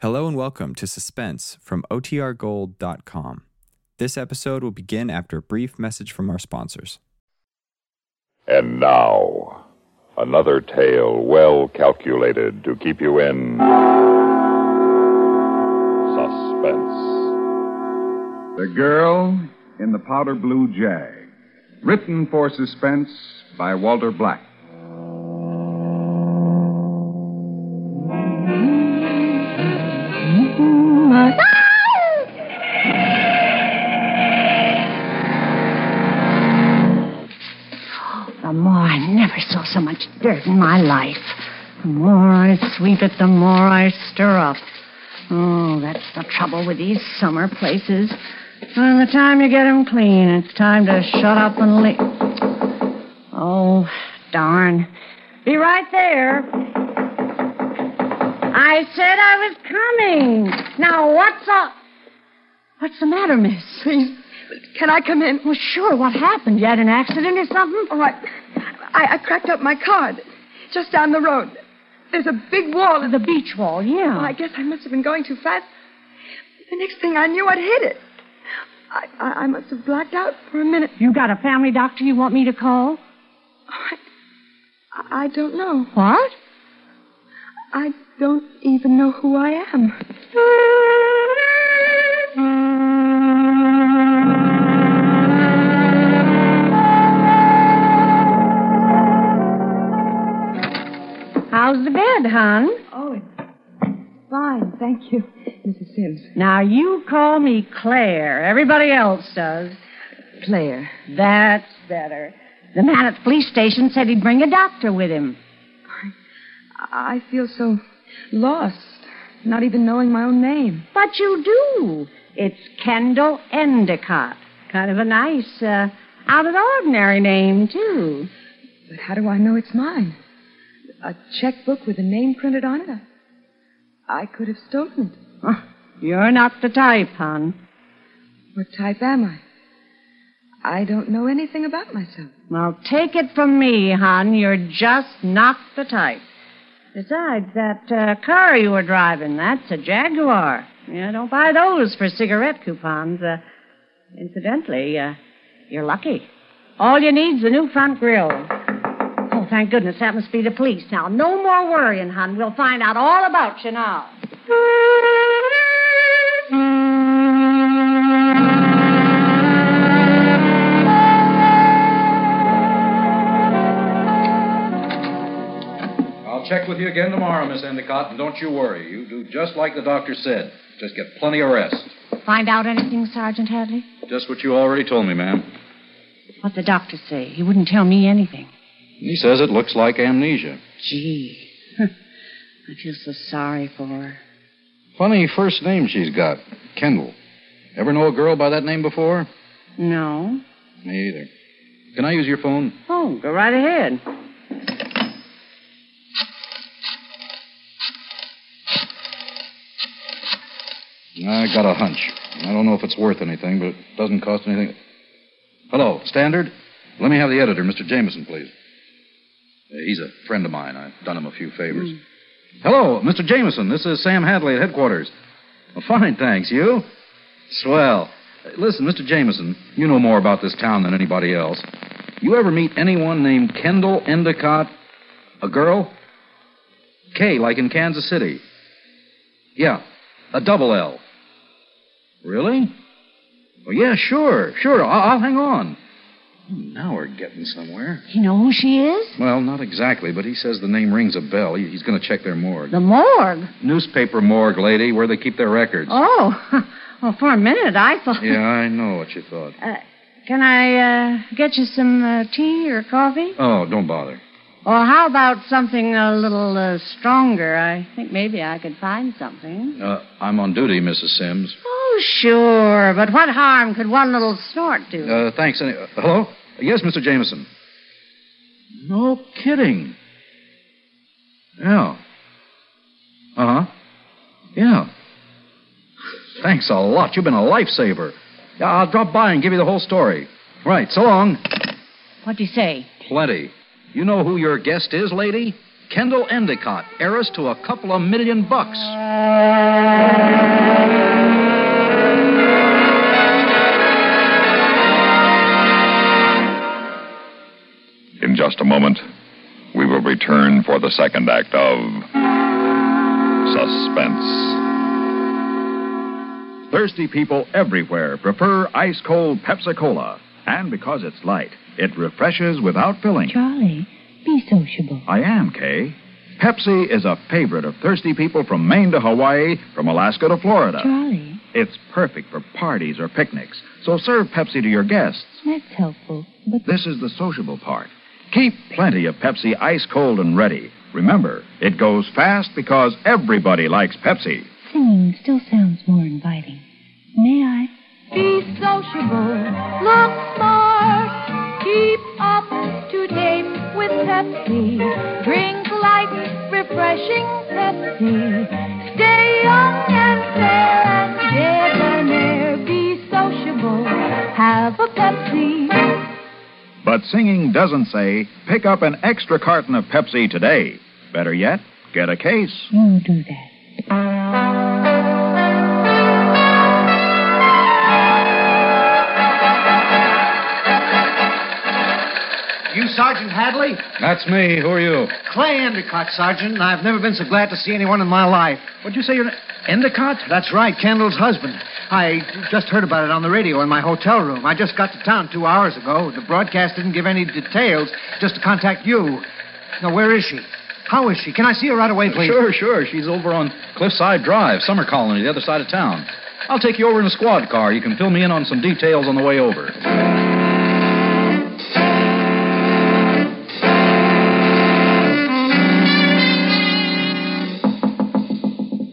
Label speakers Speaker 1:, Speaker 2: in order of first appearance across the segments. Speaker 1: Hello and welcome to Suspense from OTRGold.com. This episode will begin after a brief message from our sponsors.
Speaker 2: And now, another tale well calculated to keep you in suspense.
Speaker 3: The Girl in the Powder Blue Jag. Written for suspense by Walter Black.
Speaker 4: The more I never saw so much dirt in my life. The more I sweep it, the more I stir up. Oh, that's the trouble with these summer places. By the time you get 'em clean, it's time to shut up and leave. Oh, darn. Be right there. I said I was coming. Now, what's up? What's the matter, miss? Please, can I come in? Well, sure. What happened? You had an accident or something?
Speaker 5: Oh, I, I, I cracked up my car just down the road. There's a big wall.
Speaker 4: The beach wall, yeah.
Speaker 5: I guess I must have been going too fast. The next thing I knew, I'd hit it. I, I, I must have blacked out for a minute.
Speaker 4: You got a family doctor you want me to call?
Speaker 5: I, I don't know.
Speaker 4: What?
Speaker 5: I don't even know who I am.
Speaker 4: How's the bed, hon?
Speaker 5: Oh, it's fine, thank you, Mrs. Sims.
Speaker 4: Now you call me Claire. Everybody else does.
Speaker 5: Claire.
Speaker 4: That's better. The man at the police station said he'd bring a doctor with him.
Speaker 5: I feel so lost, not even knowing my own name.
Speaker 4: But you do. It's Kendall Endicott. Kind of a nice, uh, out of the ordinary name, too.
Speaker 5: But how do I know it's mine? A checkbook with a name printed on it? I, I could have stolen it.
Speaker 4: Huh, You're not the type, hon.
Speaker 5: What type am I? I don't know anything about myself.
Speaker 4: Well, take it from me, hon. You're just not the type. Besides, that uh, car you were driving, that's a Jaguar. Yeah, don't buy those for cigarette coupons. Uh, incidentally, uh, you're lucky. All you need's the new front grill. Oh, thank goodness, that must be the police. Now, no more worrying, hon. We'll find out all about you now.
Speaker 6: I'll check with you again tomorrow, Miss Endicott, and don't you worry. You do just like the doctor said. Just get plenty of rest.
Speaker 4: Find out anything, Sergeant Hadley?
Speaker 6: Just what you already told me, ma'am.
Speaker 4: What the doctor say? He wouldn't tell me anything.
Speaker 6: He says it looks like amnesia.
Speaker 4: Gee, I feel so sorry for her.
Speaker 6: Funny first name she's got Kendall. Ever know a girl by that name before?
Speaker 4: No.
Speaker 6: Me either. Can I use your phone?
Speaker 4: Oh, go right ahead.
Speaker 6: I got a hunch. I don't know if it's worth anything, but it doesn't cost anything. Hello, Standard? Let me have the editor, Mr. Jameson, please. Uh, He's a friend of mine. I've done him a few favors. Hello, Mr. Jameson. This is Sam Hadley at headquarters. Well, fine, thanks. You? Swell. Uh, Listen, Mr. Jameson, you know more about this town than anybody else. You ever meet anyone named Kendall Endicott? A girl? K, like in Kansas City. Yeah, a double L. Really? Well, yeah, sure, sure. I'll, I'll hang on. Now we're getting somewhere.
Speaker 4: You know who she is?
Speaker 6: Well, not exactly, but he says the name rings a bell. He- he's going to check their morgue.
Speaker 4: The morgue.
Speaker 6: Newspaper morgue, lady, where they keep their records.
Speaker 4: Oh, well, for a minute I thought.
Speaker 6: Yeah, I know what you thought.
Speaker 4: Uh, can I uh, get you some uh, tea or coffee?
Speaker 6: Oh, don't bother.
Speaker 4: Or how about something a little uh, stronger? I think maybe I could find something.
Speaker 6: Uh, I'm on duty, Mrs. Sims.
Speaker 4: Oh, sure, but what harm could one little snort do?
Speaker 6: Uh, thanks. Any- uh, hello? Yes, Mr. Jameson. No kidding. Yeah. Uh huh. Yeah. Thanks a lot. You've been a lifesaver. Yeah, I'll drop by and give you the whole story. Right. So long.
Speaker 4: What'd you say?
Speaker 6: Plenty. You know who your guest is, lady? Kendall Endicott, heiress to a couple of million bucks.
Speaker 4: Well,
Speaker 2: just a moment, we will return for the second act of Suspense.
Speaker 6: Thirsty people everywhere prefer ice cold Pepsi Cola. And because it's light, it refreshes without filling.
Speaker 7: Charlie, be sociable.
Speaker 6: I am, Kay. Pepsi is a favorite of thirsty people from Maine to Hawaii, from Alaska to Florida.
Speaker 7: Charlie,
Speaker 6: It's perfect for parties or picnics, so serve Pepsi to your guests.
Speaker 7: that's helpful, but
Speaker 6: This is the sociable part. Keep plenty of Pepsi ice cold and ready. Remember, it goes fast because everybody likes Pepsi.
Speaker 7: singing still sounds more inviting. May I?
Speaker 8: Be sociable. Look smart. Keep up to date with Pepsi. Drink light, refreshing Pepsi. Stay young and fair and debonair. Be sociable. Have a Pepsi.
Speaker 6: But singing doesn't say, pick up an extra carton of Pepsi today. Better yet, get a case.
Speaker 7: You do that.
Speaker 9: You Sergeant Hadley?
Speaker 3: That's me. Who are you?
Speaker 9: Clay Endicott, Sergeant, and I've never been so glad to see anyone in my life.
Speaker 3: What'd you say? You're Endicott?
Speaker 9: That's right, Kendall's husband. I just heard about it on the radio in my hotel room. I just got to town two hours ago. The broadcast didn't give any details, just to contact you. Now, where is she? How is she? Can I see her right away, please?
Speaker 3: Sure, sure. She's over on Cliffside Drive, summer colony, the other side of town. I'll take you over in a squad car. You can fill me in on some details on the way over.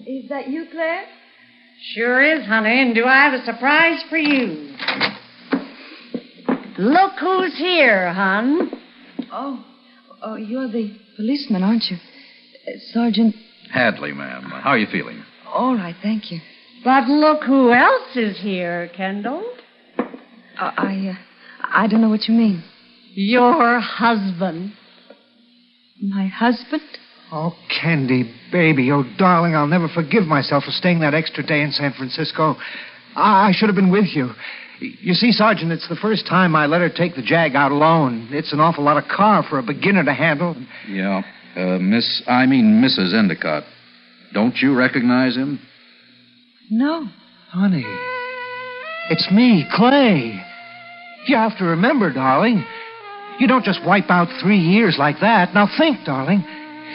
Speaker 5: Is that you, Claire?
Speaker 4: Sure is, honey, and do I have a surprise for you? Look who's here, hon.
Speaker 5: Oh, oh, you're the policeman, aren't you? Uh, Sergeant.
Speaker 3: Hadley, ma'am. How are you feeling?
Speaker 5: All right, thank you.
Speaker 4: But look who else is here, Kendall.
Speaker 5: Uh, I, uh, I don't know what you mean.
Speaker 4: Your husband.
Speaker 5: My husband?
Speaker 9: Oh, Candy, baby, oh, darling, I'll never forgive myself for staying that extra day in San Francisco. I, I should have been with you. You see, Sergeant, it's the first time I let her take the Jag out alone. It's an awful lot of car for a beginner to handle.
Speaker 3: Yeah. Uh, Miss, I mean Mrs. Endicott. Don't you recognize him?
Speaker 5: No.
Speaker 9: Honey, it's me, Clay. You have to remember, darling. You don't just wipe out three years like that. Now think, darling.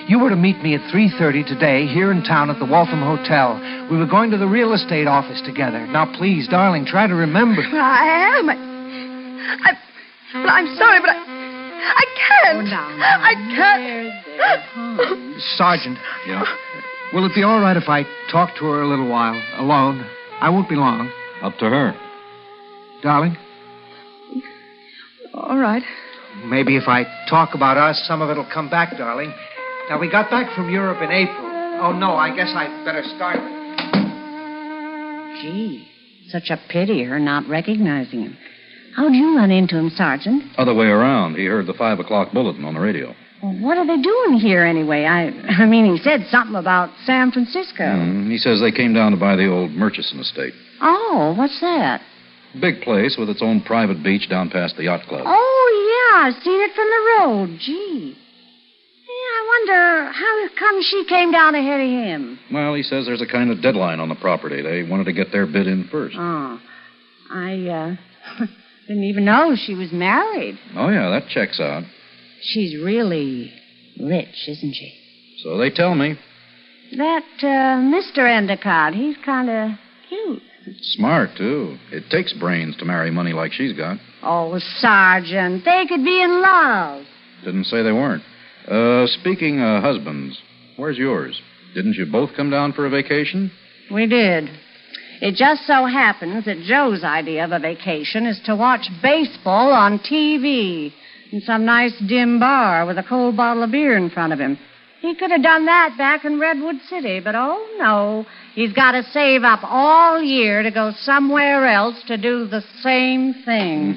Speaker 9: You were to meet me at 3.30 today here in town at the Waltham Hotel. We were going to the real estate office together. Now, please, darling, try to remember.
Speaker 5: Well, I am. I, I, well, I'm sorry, but I, I can't. I can't.
Speaker 9: Sergeant,
Speaker 3: Yeah.
Speaker 9: will it be all right if I talk to her a little while, alone? I won't be long.
Speaker 3: Up to her.
Speaker 9: Darling,
Speaker 5: All right.
Speaker 9: maybe if I talk about us, some of it'll come back, darling. Now, we got back from Europe in April. Oh, no, I guess I'd better start with...
Speaker 4: Gee, such a pity her not recognizing him. How'd you run into him, Sergeant?
Speaker 3: Other way around. He heard the five o'clock bulletin on the radio.
Speaker 4: Well, what are they doing here anyway? I, I mean, he said something about San Francisco.
Speaker 3: Mm, he says they came down to buy the old Murchison estate.
Speaker 4: Oh, what's that?
Speaker 3: Big place with its own private beach down past the yacht club.
Speaker 4: Oh yeah, I've seen it from the road. Gee, yeah, I wonder how come she came down ahead of him.
Speaker 3: Well, he says there's a kind of deadline on the property. They wanted to get their bid in first.
Speaker 4: Oh, I uh, didn't even know she was married.
Speaker 3: Oh, yeah, that checks out.
Speaker 4: She's really rich, isn't she?
Speaker 3: So they tell me.
Speaker 4: That uh, Mr. Endicott, he's kind of cute.
Speaker 3: Smart, too. It takes brains to marry money like she's got.
Speaker 4: Oh, Sergeant, they could be in love.
Speaker 3: Didn't say they weren't. Uh, speaking of husbands, where's yours? Didn't you both come down for a vacation?
Speaker 4: We did. It just so happens that Joe's idea of a vacation is to watch baseball on TV in some nice dim bar with a cold bottle of beer in front of him. He could have done that back in Redwood City, but oh no, he's got to save up all year to go somewhere else to do the same thing.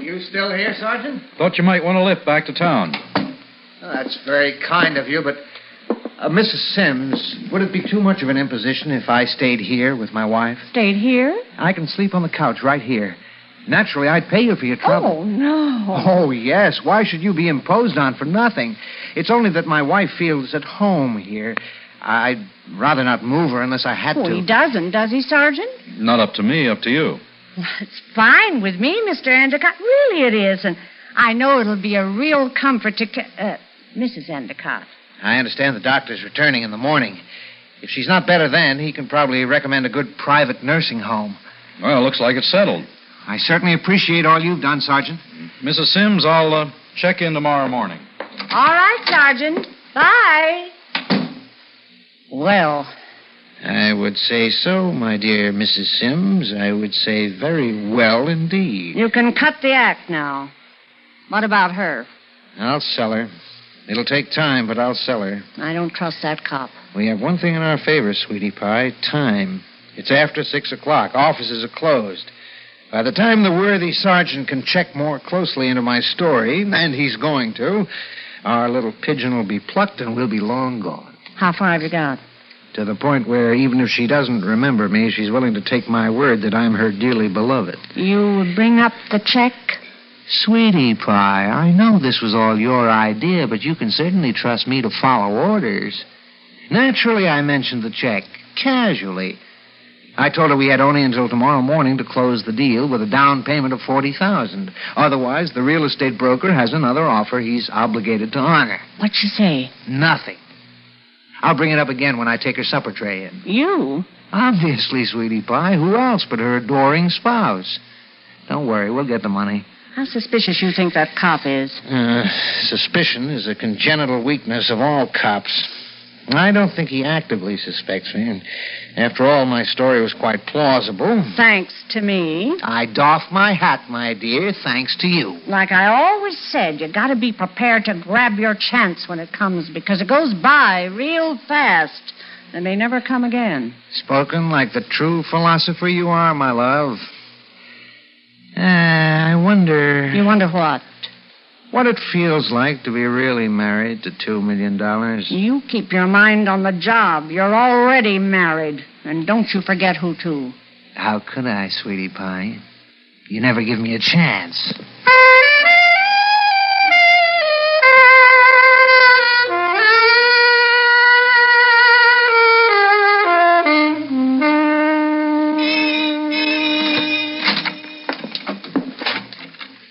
Speaker 9: You still here, Sergeant?
Speaker 3: Thought you might want to lift back to town.
Speaker 9: Well, that's very kind of you, but. Uh, Mrs. Sims, would it be too much of an imposition if I stayed here with my wife?
Speaker 4: Stayed here?
Speaker 9: I can sleep on the couch right here.
Speaker 10: Naturally, I'd pay you for your trouble.
Speaker 5: Oh, no.
Speaker 10: Oh, yes. Why should you be imposed on for nothing? It's only that my wife feels at home here. I'd rather not move her unless I had
Speaker 4: Well,
Speaker 10: to.
Speaker 4: Oh, he doesn't, does he, Sergeant?
Speaker 6: Not up to me, up to you.
Speaker 4: It's fine with me, Mr. Endicott. Really, it is. And I know it'll be a real comfort to Ca- uh, Mrs. Endicott.
Speaker 10: I understand the doctor's returning in the morning. If she's not better then, he can probably recommend a good private nursing home.
Speaker 6: Well, looks like it's settled.
Speaker 10: I certainly appreciate all you've done, Sergeant.
Speaker 6: Mrs. Sims, I'll uh, check in tomorrow morning.
Speaker 4: All right, Sergeant. Bye. Well,
Speaker 9: I would say so, my dear Mrs. Sims. I would say very well indeed.
Speaker 4: you can cut the act now. What about her?
Speaker 9: I'll sell her. It'll take time, but I'll sell her.
Speaker 4: I don't trust that cop.
Speaker 9: We have one thing in our favor, sweetie pie time. It's after six o'clock. Offices are closed. By the time the worthy sergeant can check more closely into my story, and he's going to, our little pigeon will be plucked and we'll be long gone.
Speaker 4: How far have you got?
Speaker 9: To the point where, even if she doesn't remember me, she's willing to take my word that I'm her dearly beloved.
Speaker 4: You would bring up the check?
Speaker 9: Sweetie pie, I know this was all your idea, but you can certainly trust me to follow orders. Naturally, I mentioned the check, casually. I told her we had only until tomorrow morning to close the deal with a down payment of 40000 Otherwise, the real estate broker has another offer he's obligated to honor.
Speaker 4: What'd she say?
Speaker 9: Nothing. I'll bring it up again when I take her supper tray in.
Speaker 4: You?
Speaker 9: Obviously, sweetie pie, who else but her adoring spouse? Don't worry, we'll get the money.
Speaker 4: How suspicious you think that cop is.
Speaker 9: Uh, suspicion is a congenital weakness of all cops. I don't think he actively suspects me. And after all, my story was quite plausible.
Speaker 4: Thanks to me.
Speaker 9: I doff my hat, my dear, thanks to you.
Speaker 4: Like I always said, you gotta be prepared to grab your chance when it comes because it goes by real fast and may never come again.
Speaker 9: Spoken like the true philosopher you are, my love. Uh, I wonder.
Speaker 4: You wonder what?
Speaker 9: What it feels like to be really married to two million dollars.
Speaker 4: You keep your mind on the job. You're already married. And don't you forget who to.
Speaker 9: How could I, sweetie pie? You never give me a chance.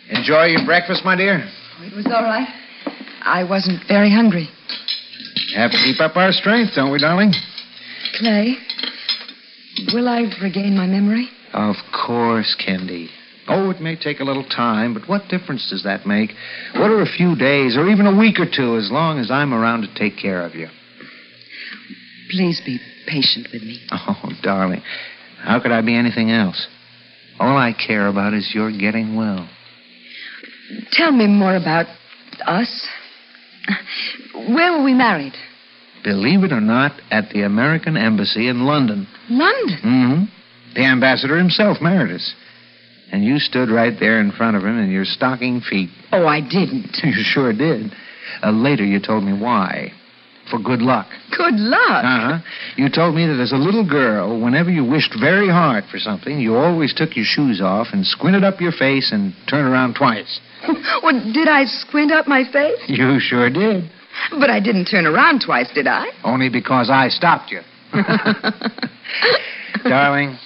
Speaker 10: Enjoy your breakfast, my dear.
Speaker 5: It was all right. I wasn't very hungry.
Speaker 9: Have to keep up our strength, don't we, darling?
Speaker 5: Clay, will I regain my memory?
Speaker 9: Of course, Kendi. Oh, it may take a little time, but what difference does that make? What are a few days or even a week or two as long as I'm around to take care of you?
Speaker 5: Please be patient with me.
Speaker 9: Oh, darling, how could I be anything else? All I care about is your getting well.
Speaker 5: Tell me more about us. Uh, Where were we married?
Speaker 9: Believe it or not, at the American Embassy in London.
Speaker 5: London.
Speaker 9: Mm hmm. The ambassador himself married us. And you stood right there in front of him in your stocking feet.
Speaker 5: Oh, I didn't.
Speaker 9: You sure did. Uh, later, you told me why. For good luck.
Speaker 5: Good luck.
Speaker 9: Uh huh. You told me that as a little girl, whenever you wished very hard for something, you always took your shoes off and squinted up your face and turned around twice.
Speaker 5: well, did I squint up my face?
Speaker 9: You sure did.
Speaker 5: But I didn't turn around twice, did I?
Speaker 9: Only because I stopped you. Darling,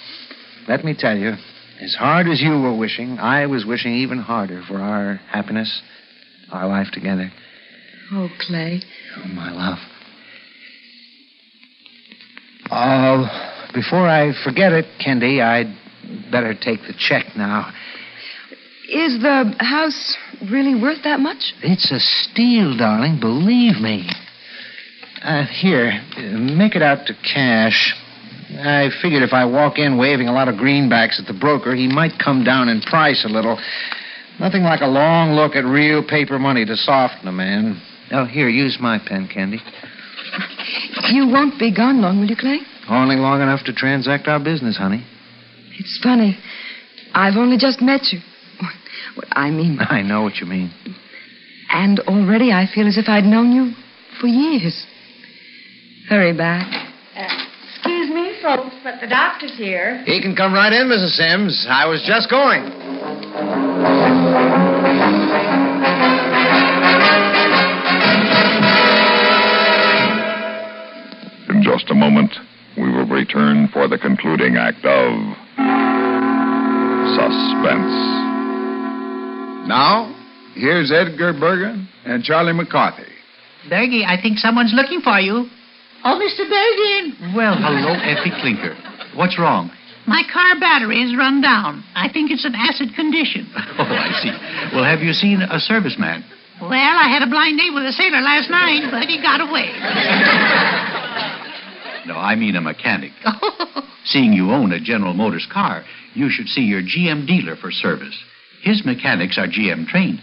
Speaker 9: let me tell you, as hard as you were wishing, I was wishing even harder for our happiness, our life together.
Speaker 5: Oh, Clay.
Speaker 9: Oh, my love. Uh, before I forget it, Kendi, I'd better take the check now.
Speaker 5: Is the house really worth that much?
Speaker 9: It's a steal, darling, believe me. Uh, here, uh, make it out to cash. I figured if I walk in waving a lot of greenbacks at the broker, he might come down in price a little. Nothing like a long look at real paper money to soften a man. Oh, here, use my pen, Candy.
Speaker 5: You won't be gone long, will you, Clay?
Speaker 9: Only long enough to transact our business, honey.
Speaker 5: It's funny. I've only just met you. Well, I mean,
Speaker 9: I know what you mean.
Speaker 5: and already I feel as if I'd known you for years. Hurry back.
Speaker 4: Excuse me, folks, but the doctor's here.
Speaker 9: He can come right in, Mrs. Sims. I was just going.
Speaker 2: In just a moment, we will return for the concluding act of Suspense.
Speaker 3: Now, here's Edgar Bergen and Charlie McCarthy.
Speaker 11: Bergie, I think someone's looking for you. Oh, Mr. Bergen.
Speaker 12: Well, hello, Effie Clinker. What's wrong?
Speaker 11: My car battery is run down. I think it's in acid condition.
Speaker 12: Oh, I see. Well, have you seen a serviceman?
Speaker 11: Well, I had a blind date with a sailor last night, but he got away.
Speaker 12: No, I mean a mechanic. Seeing you own a General Motors car, you should see your GM dealer for service. His mechanics are GM trained.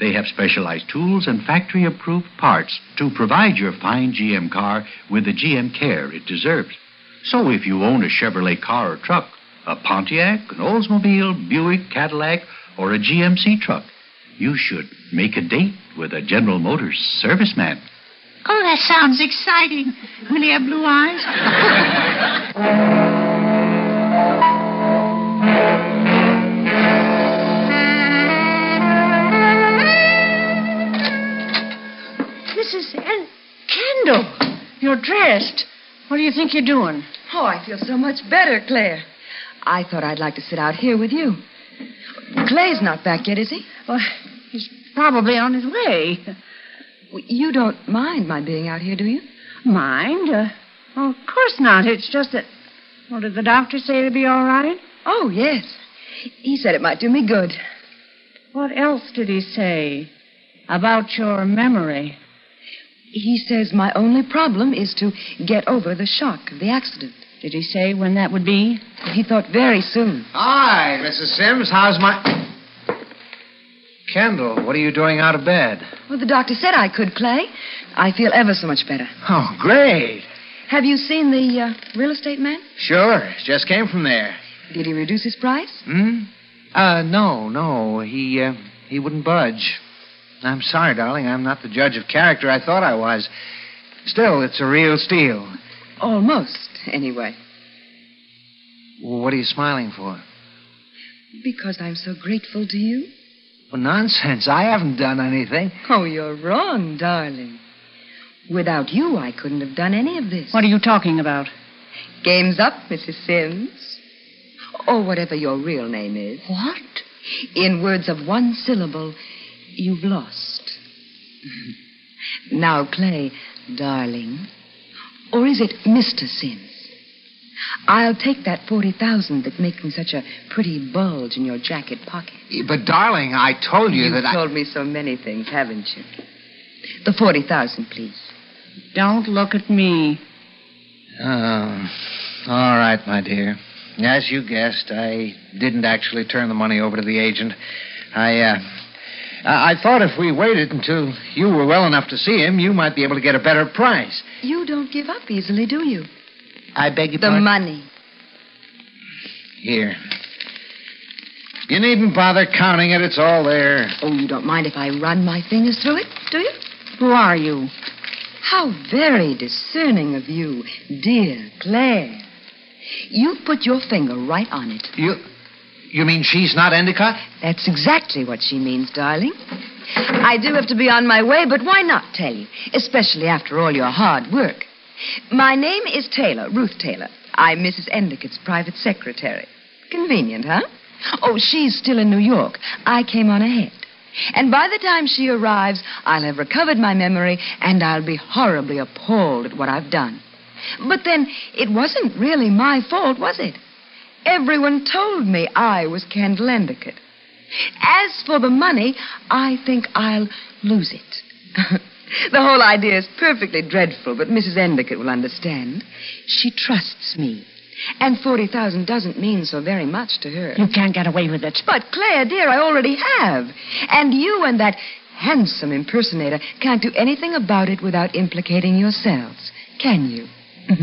Speaker 12: They have specialized tools and factory approved parts to provide your fine GM car with the GM care it deserves. So if you own a Chevrolet car or truck, a Pontiac, an Oldsmobile, Buick, Cadillac, or a GMC truck, you should make a date with a General Motors serviceman.
Speaker 11: Oh, that sounds exciting. Will he have blue eyes? Mrs. An- Kendall, you're dressed. What do you think you're doing?
Speaker 5: Oh, I feel so much better, Claire. I thought I'd like to sit out here with you. Clay's not back yet, is he?
Speaker 11: Well, he's probably on his way.
Speaker 5: You don't mind my being out here, do you?
Speaker 4: Mind? Uh, oh, of course not. It's just that. Well, did the doctor say it'd be all right?
Speaker 5: Oh, yes. He said it might do me good.
Speaker 4: What else did he say about your memory?
Speaker 5: He says my only problem is to get over the shock of the accident.
Speaker 4: Did he say when that would be?
Speaker 5: He thought very soon.
Speaker 9: Hi, Mrs. Sims. How's my.
Speaker 10: Kendall, what are you doing out of bed?
Speaker 5: Well, the doctor said I could, Clay. I feel ever so much better.
Speaker 10: Oh, great.
Speaker 5: Have you seen the uh, real estate man?
Speaker 9: Sure, just came from there.
Speaker 5: Did he reduce his price?
Speaker 9: Hmm?
Speaker 10: Uh, no, no. He, uh, he wouldn't budge. I'm sorry, darling. I'm not the judge of character I thought I was. Still, it's a real steal.
Speaker 5: Almost, anyway.
Speaker 10: Well, what are you smiling for?
Speaker 5: Because I'm so grateful to you.
Speaker 10: Well, nonsense. I haven't done anything.
Speaker 5: Oh, you're wrong, darling. Without you, I couldn't have done any of this.
Speaker 4: What are you talking about?
Speaker 5: Game's up, Mrs. Sims. Or whatever your real name is.
Speaker 4: What?
Speaker 5: In words of one syllable, you've lost. now, Clay, darling. Or is it Mr. Sims? I'll take that 40,000 that makes me such a pretty bulge in your jacket pocket.
Speaker 9: Eh, But, darling, I told you
Speaker 5: You've
Speaker 9: that I.
Speaker 5: told me so many things, haven't you? The 40,000, please.
Speaker 4: Don't look at me.
Speaker 9: Um, all right, my dear. As you guessed, I didn't actually turn the money over to the agent. I, uh, I I thought if we waited until you were well enough to see him, you might be able to get a better price.
Speaker 5: You don't give up easily, do you?
Speaker 9: I beg your
Speaker 5: The
Speaker 9: pardon.
Speaker 5: money.
Speaker 9: Here. You needn't bother counting it. It's all there.
Speaker 5: Oh, you don't mind if I run my fingers through it, do you?
Speaker 4: Who are you?
Speaker 5: How very discerning of you, dear Claire. You put your finger right on it.
Speaker 9: You, you mean she's not Endicott?
Speaker 5: That's exactly what she means, darling. I do have to be on my way, but why not tell you? Especially after all your hard work. My name is Taylor, Ruth Taylor. I'm Mrs. Endicott's private secretary. Convenient, huh? Oh, she's still in New York. I came on ahead. And by the time she arrives, I'll have recovered my memory and I'll be horribly appalled at what I've done. But then, it wasn't really my fault, was it? Everyone told me I was Kendall Endicott. As for the money, I think I'll lose it. the whole idea is perfectly dreadful, but Mrs. Endicott will understand. She trusts me. And 40,000 doesn't mean so very much to her.
Speaker 4: You can't get away with it.
Speaker 5: But, Claire, dear, I already have. And you and that handsome impersonator can't do anything about it without implicating yourselves, can you?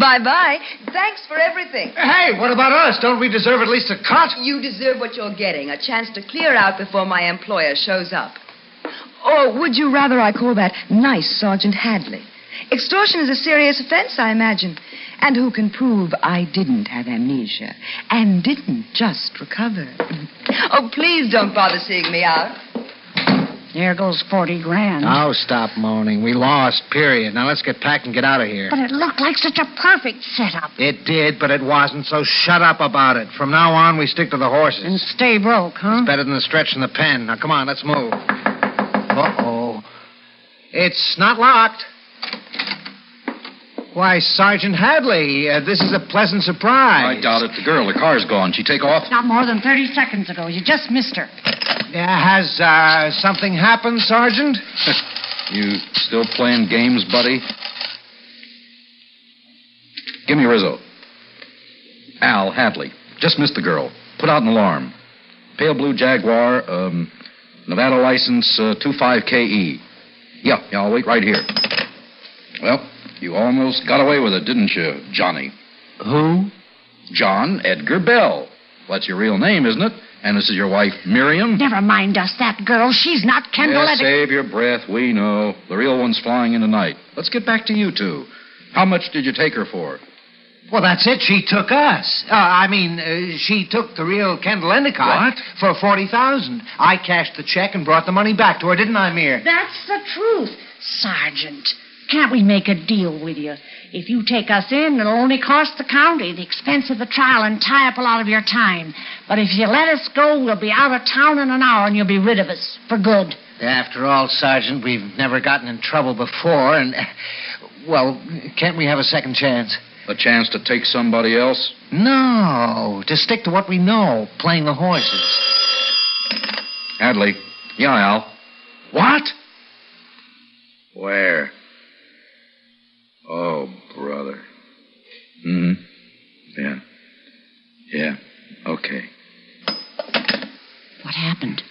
Speaker 5: bye bye. Thanks for everything.
Speaker 9: Hey, what about us? Don't we deserve at least a cut?
Speaker 5: You deserve what you're getting a chance to clear out before my employer shows up. Or would you rather I call that nice Sergeant Hadley? Extortion is a serious offense, I imagine.
Speaker 13: and who can prove I didn't have amnesia and didn't just recover. Oh, please don't bother seeing me out.
Speaker 14: There goes 40 grand.
Speaker 9: Oh, stop moaning. We lost, period. Now let's get packed and get out of here.
Speaker 4: But it looked like such a perfect setup.
Speaker 9: It did, but it wasn't, so shut up about it. From now on, we stick to the horses. And
Speaker 14: stay broke, huh?
Speaker 9: It's better than the stretch in the pen. Now, come on, let's move. Uh oh. It's not locked. Why, Sergeant Hadley, uh, this is a pleasant surprise.
Speaker 3: I doubt it. The girl, the car's gone. She take off?
Speaker 14: Not more than 30 seconds ago. You just missed her.
Speaker 9: Yeah, has uh, something happened, Sergeant?
Speaker 3: You still playing games, buddy? Give me Rizzo. Al Hadley. Just missed the girl. Put out an alarm. Pale blue Jaguar, um, Nevada license uh, 25KE. E. Yeah, yeah, I'll wait right here. Well, you almost got away with it, didn't you, Johnny?
Speaker 9: Who?
Speaker 3: John Edgar Bell. That's your real name, isn't it? And this is your wife, Miriam?
Speaker 4: Never mind us, that girl. She's not Kendall
Speaker 3: Yeah,
Speaker 4: Ed-
Speaker 3: save your breath. We know. The real one's flying in tonight. Let's get back to you two. How much did you take her for?
Speaker 9: Well, that's it. She took us. Uh, I mean, uh, she took the real Kendall Endicott for forty thousand. I cashed the check and brought the money back to her, didn't I, Mir?
Speaker 4: That's the truth, Sergeant. Can't we make a deal with you? If you take us in, it'll only cost the county the expense of the trial and tie up a lot of your time. But if you let us go, we'll be out of town in an hour and you'll be rid of us for good.
Speaker 9: After all, Sergeant, we've never gotten in trouble before, and uh, well, can't we have a second chance?
Speaker 3: A chance to take somebody else?
Speaker 9: No, to stick to what we know, playing the horses.
Speaker 3: Adley. Yeah, Al. What? Where? Oh, brother. Hmm. Yeah. Yeah. Okay.
Speaker 4: What happened?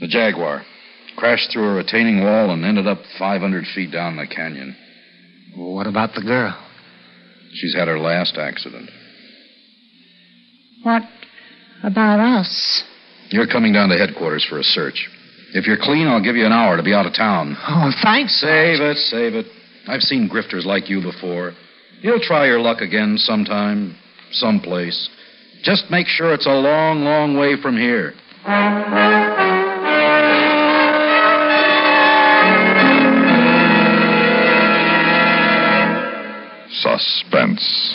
Speaker 3: The Jaguar crashed through a retaining wall and ended up 500 feet down the canyon.
Speaker 9: What about the girl?
Speaker 3: She's had her last accident.
Speaker 4: What about us?
Speaker 3: You're coming down to headquarters for a search. If you're clean, I'll give you an hour to be out of town.
Speaker 9: Oh, thanks.
Speaker 3: Save it, save it. I've seen grifters like you before. You'll try your luck again sometime, someplace. Just make sure it's a long, long way from here.
Speaker 15: Suspense.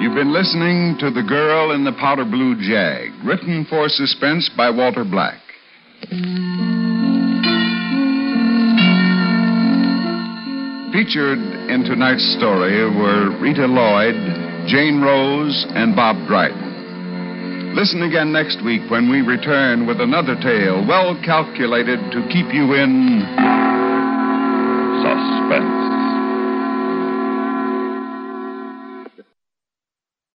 Speaker 2: You've been listening to The Girl in the Powder Blue Jag, written for suspense by Walter Black. Featured in tonight's story were Rita Lloyd, Jane Rose, and Bob Dryden. Listen again next week when we return with another tale well calculated to keep you in suspense.